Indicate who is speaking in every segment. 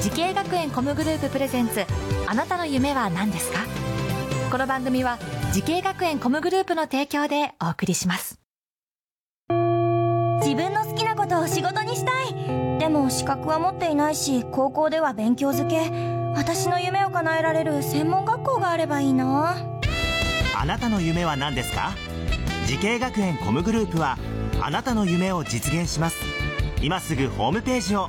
Speaker 1: 時系学園コムグループプレゼンツあなたの夢は何ですかこの番組は時系学園コムグループの提供でお送りします
Speaker 2: 自分の好きなことを仕事にしたいでも資格は持っていないし高校では勉強づけ私の夢を叶えられる専門学校があればいいな
Speaker 3: あなたの夢は何ですか時系学園コムグループはあなたの夢を実現します今すぐホームページを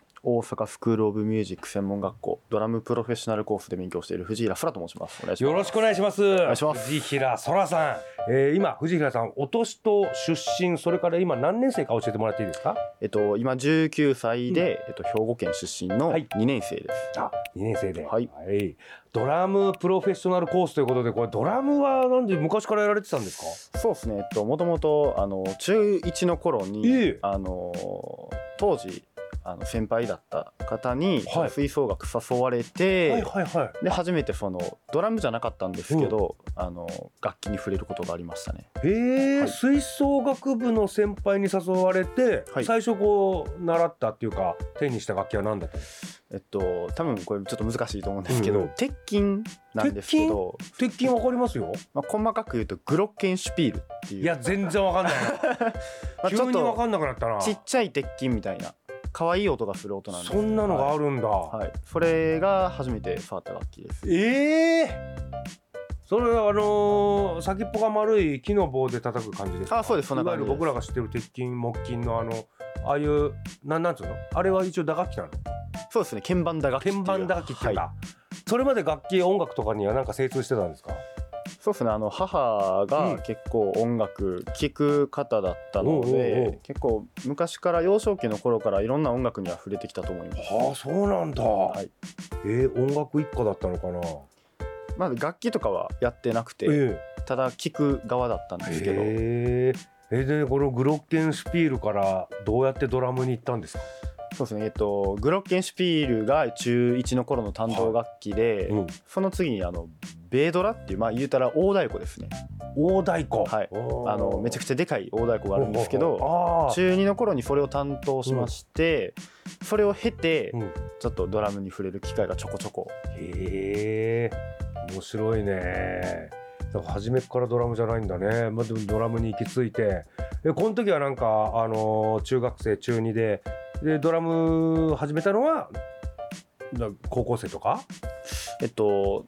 Speaker 4: 大阪スクール・オブ・ミュージック専門学校ドラムプロフェッショナルコースで勉強している藤平空と申しますお願いします
Speaker 5: よろしくお願いします
Speaker 4: 願いします
Speaker 5: 藤平空さん、えー、今藤平さんお年と出身それから今何年生か教えてもらっていいですか
Speaker 4: えっと今19歳で、えっと、兵庫県出身の
Speaker 5: はい
Speaker 4: 2年生です、
Speaker 5: あ2年生では
Speaker 4: はい
Speaker 5: いドラムプロフェッショナルコースということでこれドラムはなんで昔からやられてたんですか
Speaker 4: そうですねえっともともとあの中1の頃に、
Speaker 5: ええ
Speaker 4: あの当時あの先輩だった方に、
Speaker 5: はい
Speaker 4: 吹奏楽誘われて、
Speaker 5: はいはい
Speaker 4: で初めてそのドラムじゃなかったんですけど、あの楽器に触れることがありましたね
Speaker 5: へえ、
Speaker 4: はい
Speaker 5: 吹奏楽部の先輩に誘われて、
Speaker 4: はい
Speaker 5: 最初こう習ったっていうか手にした楽器は何だったんですか
Speaker 4: えっと多分これちょっと難しいと思うんですけど、
Speaker 5: うんうん
Speaker 4: 鉄筋なんですけど
Speaker 5: 鉄筋わかりますよ
Speaker 4: まあ、細かく言うとグロッケンシュピールっていう
Speaker 5: いや全然わかんないな
Speaker 4: まあ、ちょ
Speaker 5: 急
Speaker 4: っ
Speaker 5: にわか
Speaker 4: と
Speaker 5: んなくなったな
Speaker 4: ちっちゃい鉄筋みたいな可愛い音がする音なんです
Speaker 5: そんなのがあるんだ、
Speaker 4: はい、はいそれが初めて触った楽器です
Speaker 5: ええそれはあのー先っぽが丸い木の棒で叩く感じですか
Speaker 4: あそうですそんない
Speaker 5: わ
Speaker 4: 感
Speaker 5: ゆ
Speaker 4: じ
Speaker 5: る
Speaker 4: です
Speaker 5: 僕らが知ってる鉄筋木筋のあのああいうなんなんつうのあれは一応打楽器なの
Speaker 4: そうですね鍵盤打楽器って
Speaker 5: 鍵
Speaker 4: いう
Speaker 5: 盤打楽器っていうんだ、
Speaker 4: はい
Speaker 5: それまで楽器音楽とかにはなんか精通してたんですか
Speaker 4: そうですねあの母
Speaker 5: うん
Speaker 4: が結構音楽聴く方だった
Speaker 5: おうお
Speaker 4: の
Speaker 5: うおう
Speaker 4: で、結構昔から幼少期の頃からいろんな音楽には触れてきたと思います
Speaker 5: はあそうなんだ、
Speaker 4: はい
Speaker 5: えー、音楽一家だったのかな
Speaker 4: まあ楽器とかはやってなくて、
Speaker 5: え
Speaker 4: ただ聴く側だったん
Speaker 5: え
Speaker 4: ですけど、
Speaker 5: ええでこのグロッケンシュピールからどうやってドラムに行ったんですか、
Speaker 4: そうですねえっとグロッケンシュピールが中1の頃の担当楽器で、
Speaker 5: うん、
Speaker 4: その次にあのベイドラっていうまあ言うたら大太鼓ですね
Speaker 5: 大太鼓
Speaker 4: はいあのめちゃく
Speaker 5: ち
Speaker 4: ちゃでかい大太鼓があるんですけど
Speaker 5: ああ
Speaker 4: 中2の頃にそれを担当しまして、それを経て
Speaker 5: うん
Speaker 4: ちょっとドラムに触れる機会がちょこちょこ
Speaker 5: へえ面白いねだから初めからドラムじゃないんだね、まあ、でもドラムに行き着いてでこの時はなんか、あのー中学生中2ででドラム始めたのはだ高校生とか
Speaker 4: えっと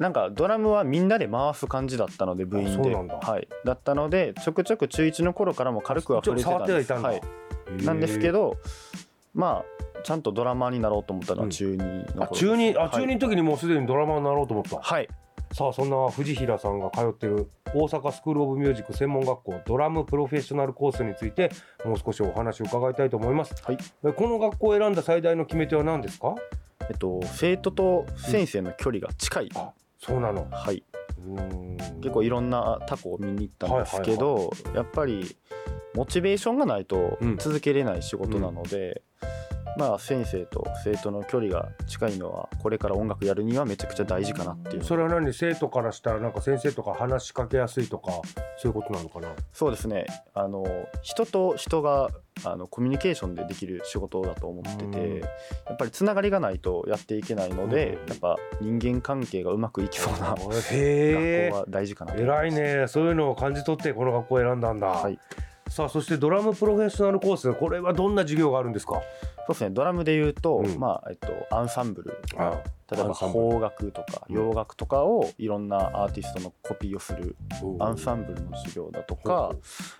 Speaker 4: なんかドラムはみんなで回す感じだったので部員
Speaker 5: そう
Speaker 4: で
Speaker 5: なんだ
Speaker 4: はい、だったのでちょくちょく中1の頃からも軽くは
Speaker 5: ちょ
Speaker 4: 触
Speaker 5: っ
Speaker 4: れ
Speaker 5: と
Speaker 4: てた
Speaker 5: 触
Speaker 4: ん
Speaker 5: っては
Speaker 4: で
Speaker 5: い
Speaker 4: す
Speaker 5: たんだ、
Speaker 4: はい、なんですけどまあちゃんとドラマーになろうと思ったの
Speaker 5: う
Speaker 4: は
Speaker 5: ん
Speaker 4: 中2の頃
Speaker 5: あ中
Speaker 4: ですね
Speaker 5: 2あ中
Speaker 4: はい
Speaker 5: 2の時にもうすでにドラマーになろうと思った、
Speaker 4: はい
Speaker 5: さあそんな藤平さんが通ってる大阪スクール・オブ・ミュージック専門学校ドラムプロフェッショナルコースについてもう少しお話を伺いたいと思います、
Speaker 4: はい
Speaker 5: えこの学校を選んだ最大の決め手は何ですか
Speaker 4: えっと、生徒と先生の距離が近い、
Speaker 5: あそうなの
Speaker 4: はい、
Speaker 5: 結
Speaker 4: 結構いろんなタコを見に行ったんですけど、やっぱりモチベーションがないと
Speaker 5: うん
Speaker 4: 続けれない仕事なので、まあ、先生と生徒の距離が近いのはこれから音楽やるにはめちゃくちゃ大事かなっていう
Speaker 5: それは何生徒からしたらなんか先生とか話しかけやすいとかそういうことなのかな
Speaker 4: そうですねあの人と人があのコミュニケーションでできる仕事だと思ってて、
Speaker 5: うん
Speaker 4: やっぱりつながりがないとやっていけないので、
Speaker 5: うん
Speaker 4: やっぱ人間関係がうまくいきそうな
Speaker 5: へ
Speaker 4: 学
Speaker 5: え
Speaker 4: 校は大事かなと思ます
Speaker 5: 偉いねそういうのを感じ取ってこの学校を選んだんだ、
Speaker 4: はい
Speaker 5: さあそしてドラムプロフェッショナルコースこれはどんな授業があるんですか
Speaker 4: そうですねドラムで言うと、
Speaker 5: うん
Speaker 4: まあえっと、アンサンブル
Speaker 5: あ
Speaker 4: 例え
Speaker 5: アン
Speaker 4: ば
Speaker 5: サンブル
Speaker 4: 邦楽とか
Speaker 5: うん
Speaker 4: 洋楽とかをいろんなアーティストのコピーをするアンサンブルの授業だとか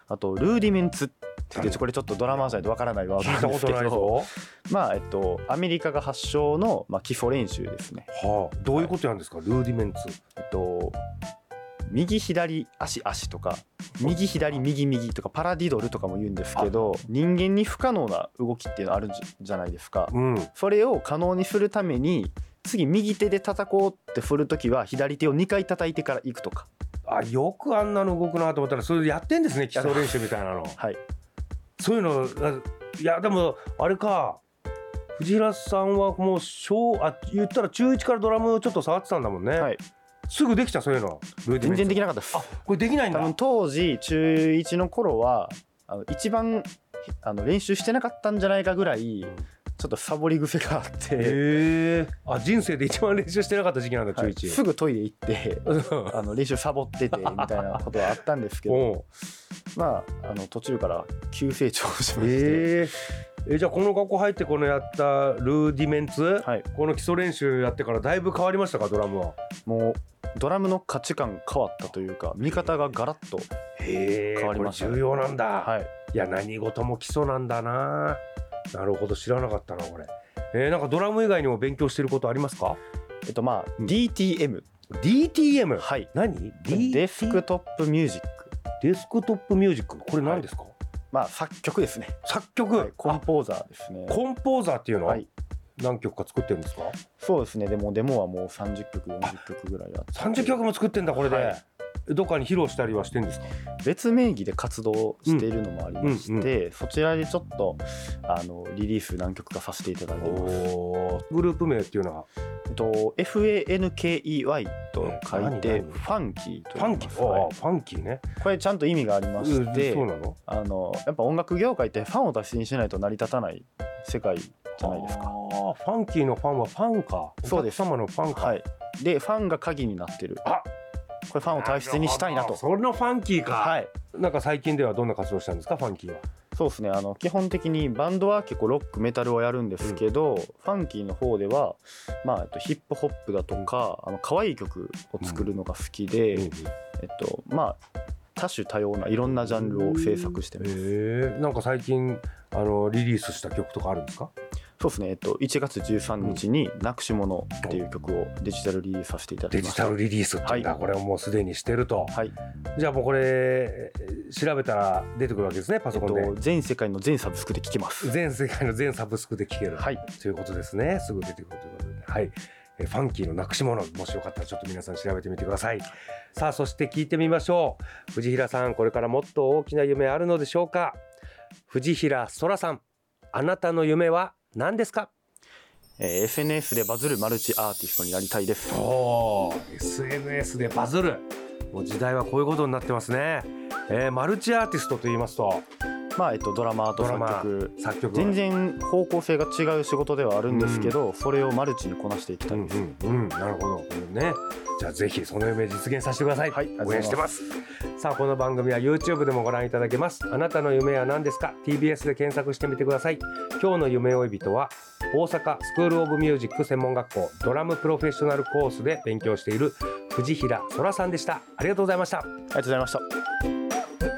Speaker 4: あとルーディメンツって言ってこれちょっとドラマーじゃないとわからないワード
Speaker 5: 聞い
Speaker 4: な
Speaker 5: た
Speaker 4: んで
Speaker 5: こ
Speaker 4: す
Speaker 5: と
Speaker 4: け
Speaker 5: ない
Speaker 4: ど
Speaker 5: ぞ、
Speaker 4: まあえっと、アメリカが発祥の、まあ、基礎練習ですね、
Speaker 5: はあ、どういうことやんですか、ルーディメンツ
Speaker 4: えっと、右左足足とか右左右右とかパラディドルとかも言うんですけど人間に不可能な動きっていうのあるんじゃじゃないですか
Speaker 5: うん。
Speaker 4: それを可能にするために次右手で叩こうって振るときは左手を2回叩いてから行くとか
Speaker 5: あ、よくあんなの動くなと思ったら、それやってんですね、基礎練習みたいなの。
Speaker 4: はい
Speaker 5: そういうの、あいや、でも、あれか。藤平さんはもう小あ言ったら中1からドラムちょっと触ってたんだもんね、
Speaker 4: はい
Speaker 5: すぐできちゃうそういうのルーティ
Speaker 4: 全
Speaker 5: ン
Speaker 4: 然できなかったです
Speaker 5: あこれできないん
Speaker 4: 多
Speaker 5: だ
Speaker 4: 分当時中1の頃はあの一番あの練習してなかったんじゃないかぐらいちょっとサボり癖があって、
Speaker 5: へえあ人生で一番練習してなかった時期なんだ中
Speaker 4: はいす
Speaker 5: 1、
Speaker 4: ぐトイレ行ってあの練習サボっててみたいなことはあったんですけど
Speaker 5: うん
Speaker 4: まああの途中から急成長しまして、
Speaker 5: えー、えじゃあこの学校入ってこのやったルーディメンツ、
Speaker 4: はい、
Speaker 5: この基礎練習やってからだいぶ変わりましたかドラムは
Speaker 4: もうドラムの価値観変わったというか見方がガラッと、
Speaker 5: へ
Speaker 4: 変わりましたね
Speaker 5: 重要なんだ、
Speaker 4: はい、
Speaker 5: い、や何事も基礎なんだななるほど知らなかったなこれえー、なんかドラム以外にも勉強してることありますか
Speaker 4: えっとまあ
Speaker 5: うん
Speaker 4: DTM、
Speaker 5: DTM
Speaker 4: はい、
Speaker 5: 何 D-
Speaker 4: デスクトップミュージック
Speaker 5: デスクトップミュージックこれ何ですか、
Speaker 4: まあ作曲ですね、
Speaker 5: 作曲、
Speaker 4: はい、コンポーザーですね
Speaker 5: あコンポーザーっていうのは
Speaker 4: はい
Speaker 5: 何曲か作ってるんですか、
Speaker 4: そうですねでもデモはもう30曲40曲ぐらいあって
Speaker 5: 30曲も作ってんだこれで、
Speaker 4: はい
Speaker 5: どっかに披露したりはしてんですか
Speaker 4: 別名義で活動しているのもありまして、
Speaker 5: うん
Speaker 4: そちらでちょっとあのリリース何曲かさせていただいてます
Speaker 5: おーグループ名っていうのは
Speaker 4: えっと
Speaker 5: え何何
Speaker 4: FANKEY と書いてファンキーと
Speaker 5: フ
Speaker 4: 言
Speaker 5: ァ
Speaker 4: い
Speaker 5: ンキー、
Speaker 4: ますは
Speaker 5: ああファンキーね
Speaker 4: いこれちゃんと意味がありま
Speaker 5: うん
Speaker 4: して
Speaker 5: そうなの
Speaker 4: あのやっぱ音楽業界ってファンを大切にしないと成り立たない世界じゃないです
Speaker 5: ああ
Speaker 4: か
Speaker 5: ファンキーのファンはファンか
Speaker 4: そうです
Speaker 5: お客様のファンか、
Speaker 4: はいでファンが鍵になってる
Speaker 5: あ
Speaker 4: これファンを大切にしたいなと
Speaker 5: あそれのファンキーか、
Speaker 4: はい
Speaker 5: なんか最近ではどんな活動したんですかファンキーは
Speaker 4: そうですねあの基本的にバンドは結構ロックメタルをやるんですけど、ファンキーの方では、まあ、えっとヒップホップだとか、あの可愛い曲を作るのが好きで、
Speaker 5: え
Speaker 4: えっとまあ、多種多様ないろんなジャンルを制作してます、
Speaker 5: えなんか最近あのリリースした曲とかあるんですか
Speaker 4: そうですね、えっと、1月13日に「なくしもの」っていう曲をデジタルリリースさせていただ
Speaker 5: デ
Speaker 4: き
Speaker 5: ジ
Speaker 4: ました
Speaker 5: タルリリースっていうんだ、
Speaker 4: はい
Speaker 5: これをもうすでにしてると
Speaker 4: はい
Speaker 5: じゃあもうこれ調べたら出てくるわけですねパ
Speaker 4: え
Speaker 5: ソ
Speaker 4: っ
Speaker 5: コン
Speaker 4: と
Speaker 5: で、、
Speaker 4: 全世界の全サブスクで聴けます
Speaker 5: 全世界の全サブスクで聴ける、
Speaker 4: はい
Speaker 5: ということですね。すぐ出てくるということで。はい。えーファンキーのなくし物、もしよかったらちょっと皆さん調べてみてください。さあ、そして聞いてみましょう。藤平さん、これからもっと大きな夢あるのでしょうか藤平空さん、あなたの夢は何ですか
Speaker 4: えー SNS でバズるマルチアーティストになりたいです
Speaker 5: おー SNS でバズる。もう時代はこういうことになってますね。えーマルチアーティストと言いますと、
Speaker 4: まあえっと、ドラマーと
Speaker 5: ドラ
Speaker 4: 作
Speaker 5: マ
Speaker 4: 曲
Speaker 5: 作曲
Speaker 4: 全然方向性が違う仕事ではあるんですけど、それをマルチにこなしていきた
Speaker 5: う
Speaker 4: い
Speaker 5: ん
Speaker 4: です、
Speaker 5: うんうん、なるほど、ね。じゃあぜひその夢実現させてください。
Speaker 4: はい
Speaker 5: 応援してます。さあこの番組は YouTube でもご覧いただけます。あなたの夢は何ですか ?TBS で検索してみてください。今日の夢追い人は大阪スクールオブミュージック専門学校ドラムプロフェッショナルコースで勉強している藤平空さんでした。ありがとうございました。
Speaker 4: ありがとうございました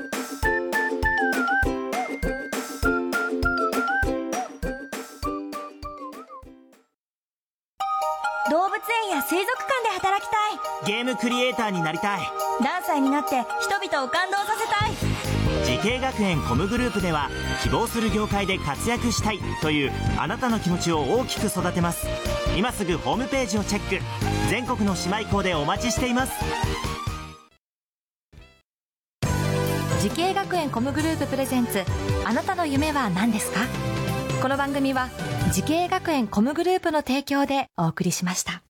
Speaker 2: 動物園や水族館で働きたい
Speaker 3: ゲームクリエイターになりたい
Speaker 2: 何歳になって人々を感動させたい
Speaker 3: 時系学園コムグループでは希望する業界で活躍したいというあなたの気持ちを大きく育てます今すぐホームページをチェック全国の姉妹校でお待ちしています
Speaker 1: 時系学園コムグループプレゼンツあなたの夢は何ですかこの番組は時系学園コムグループの提供でお送りしました。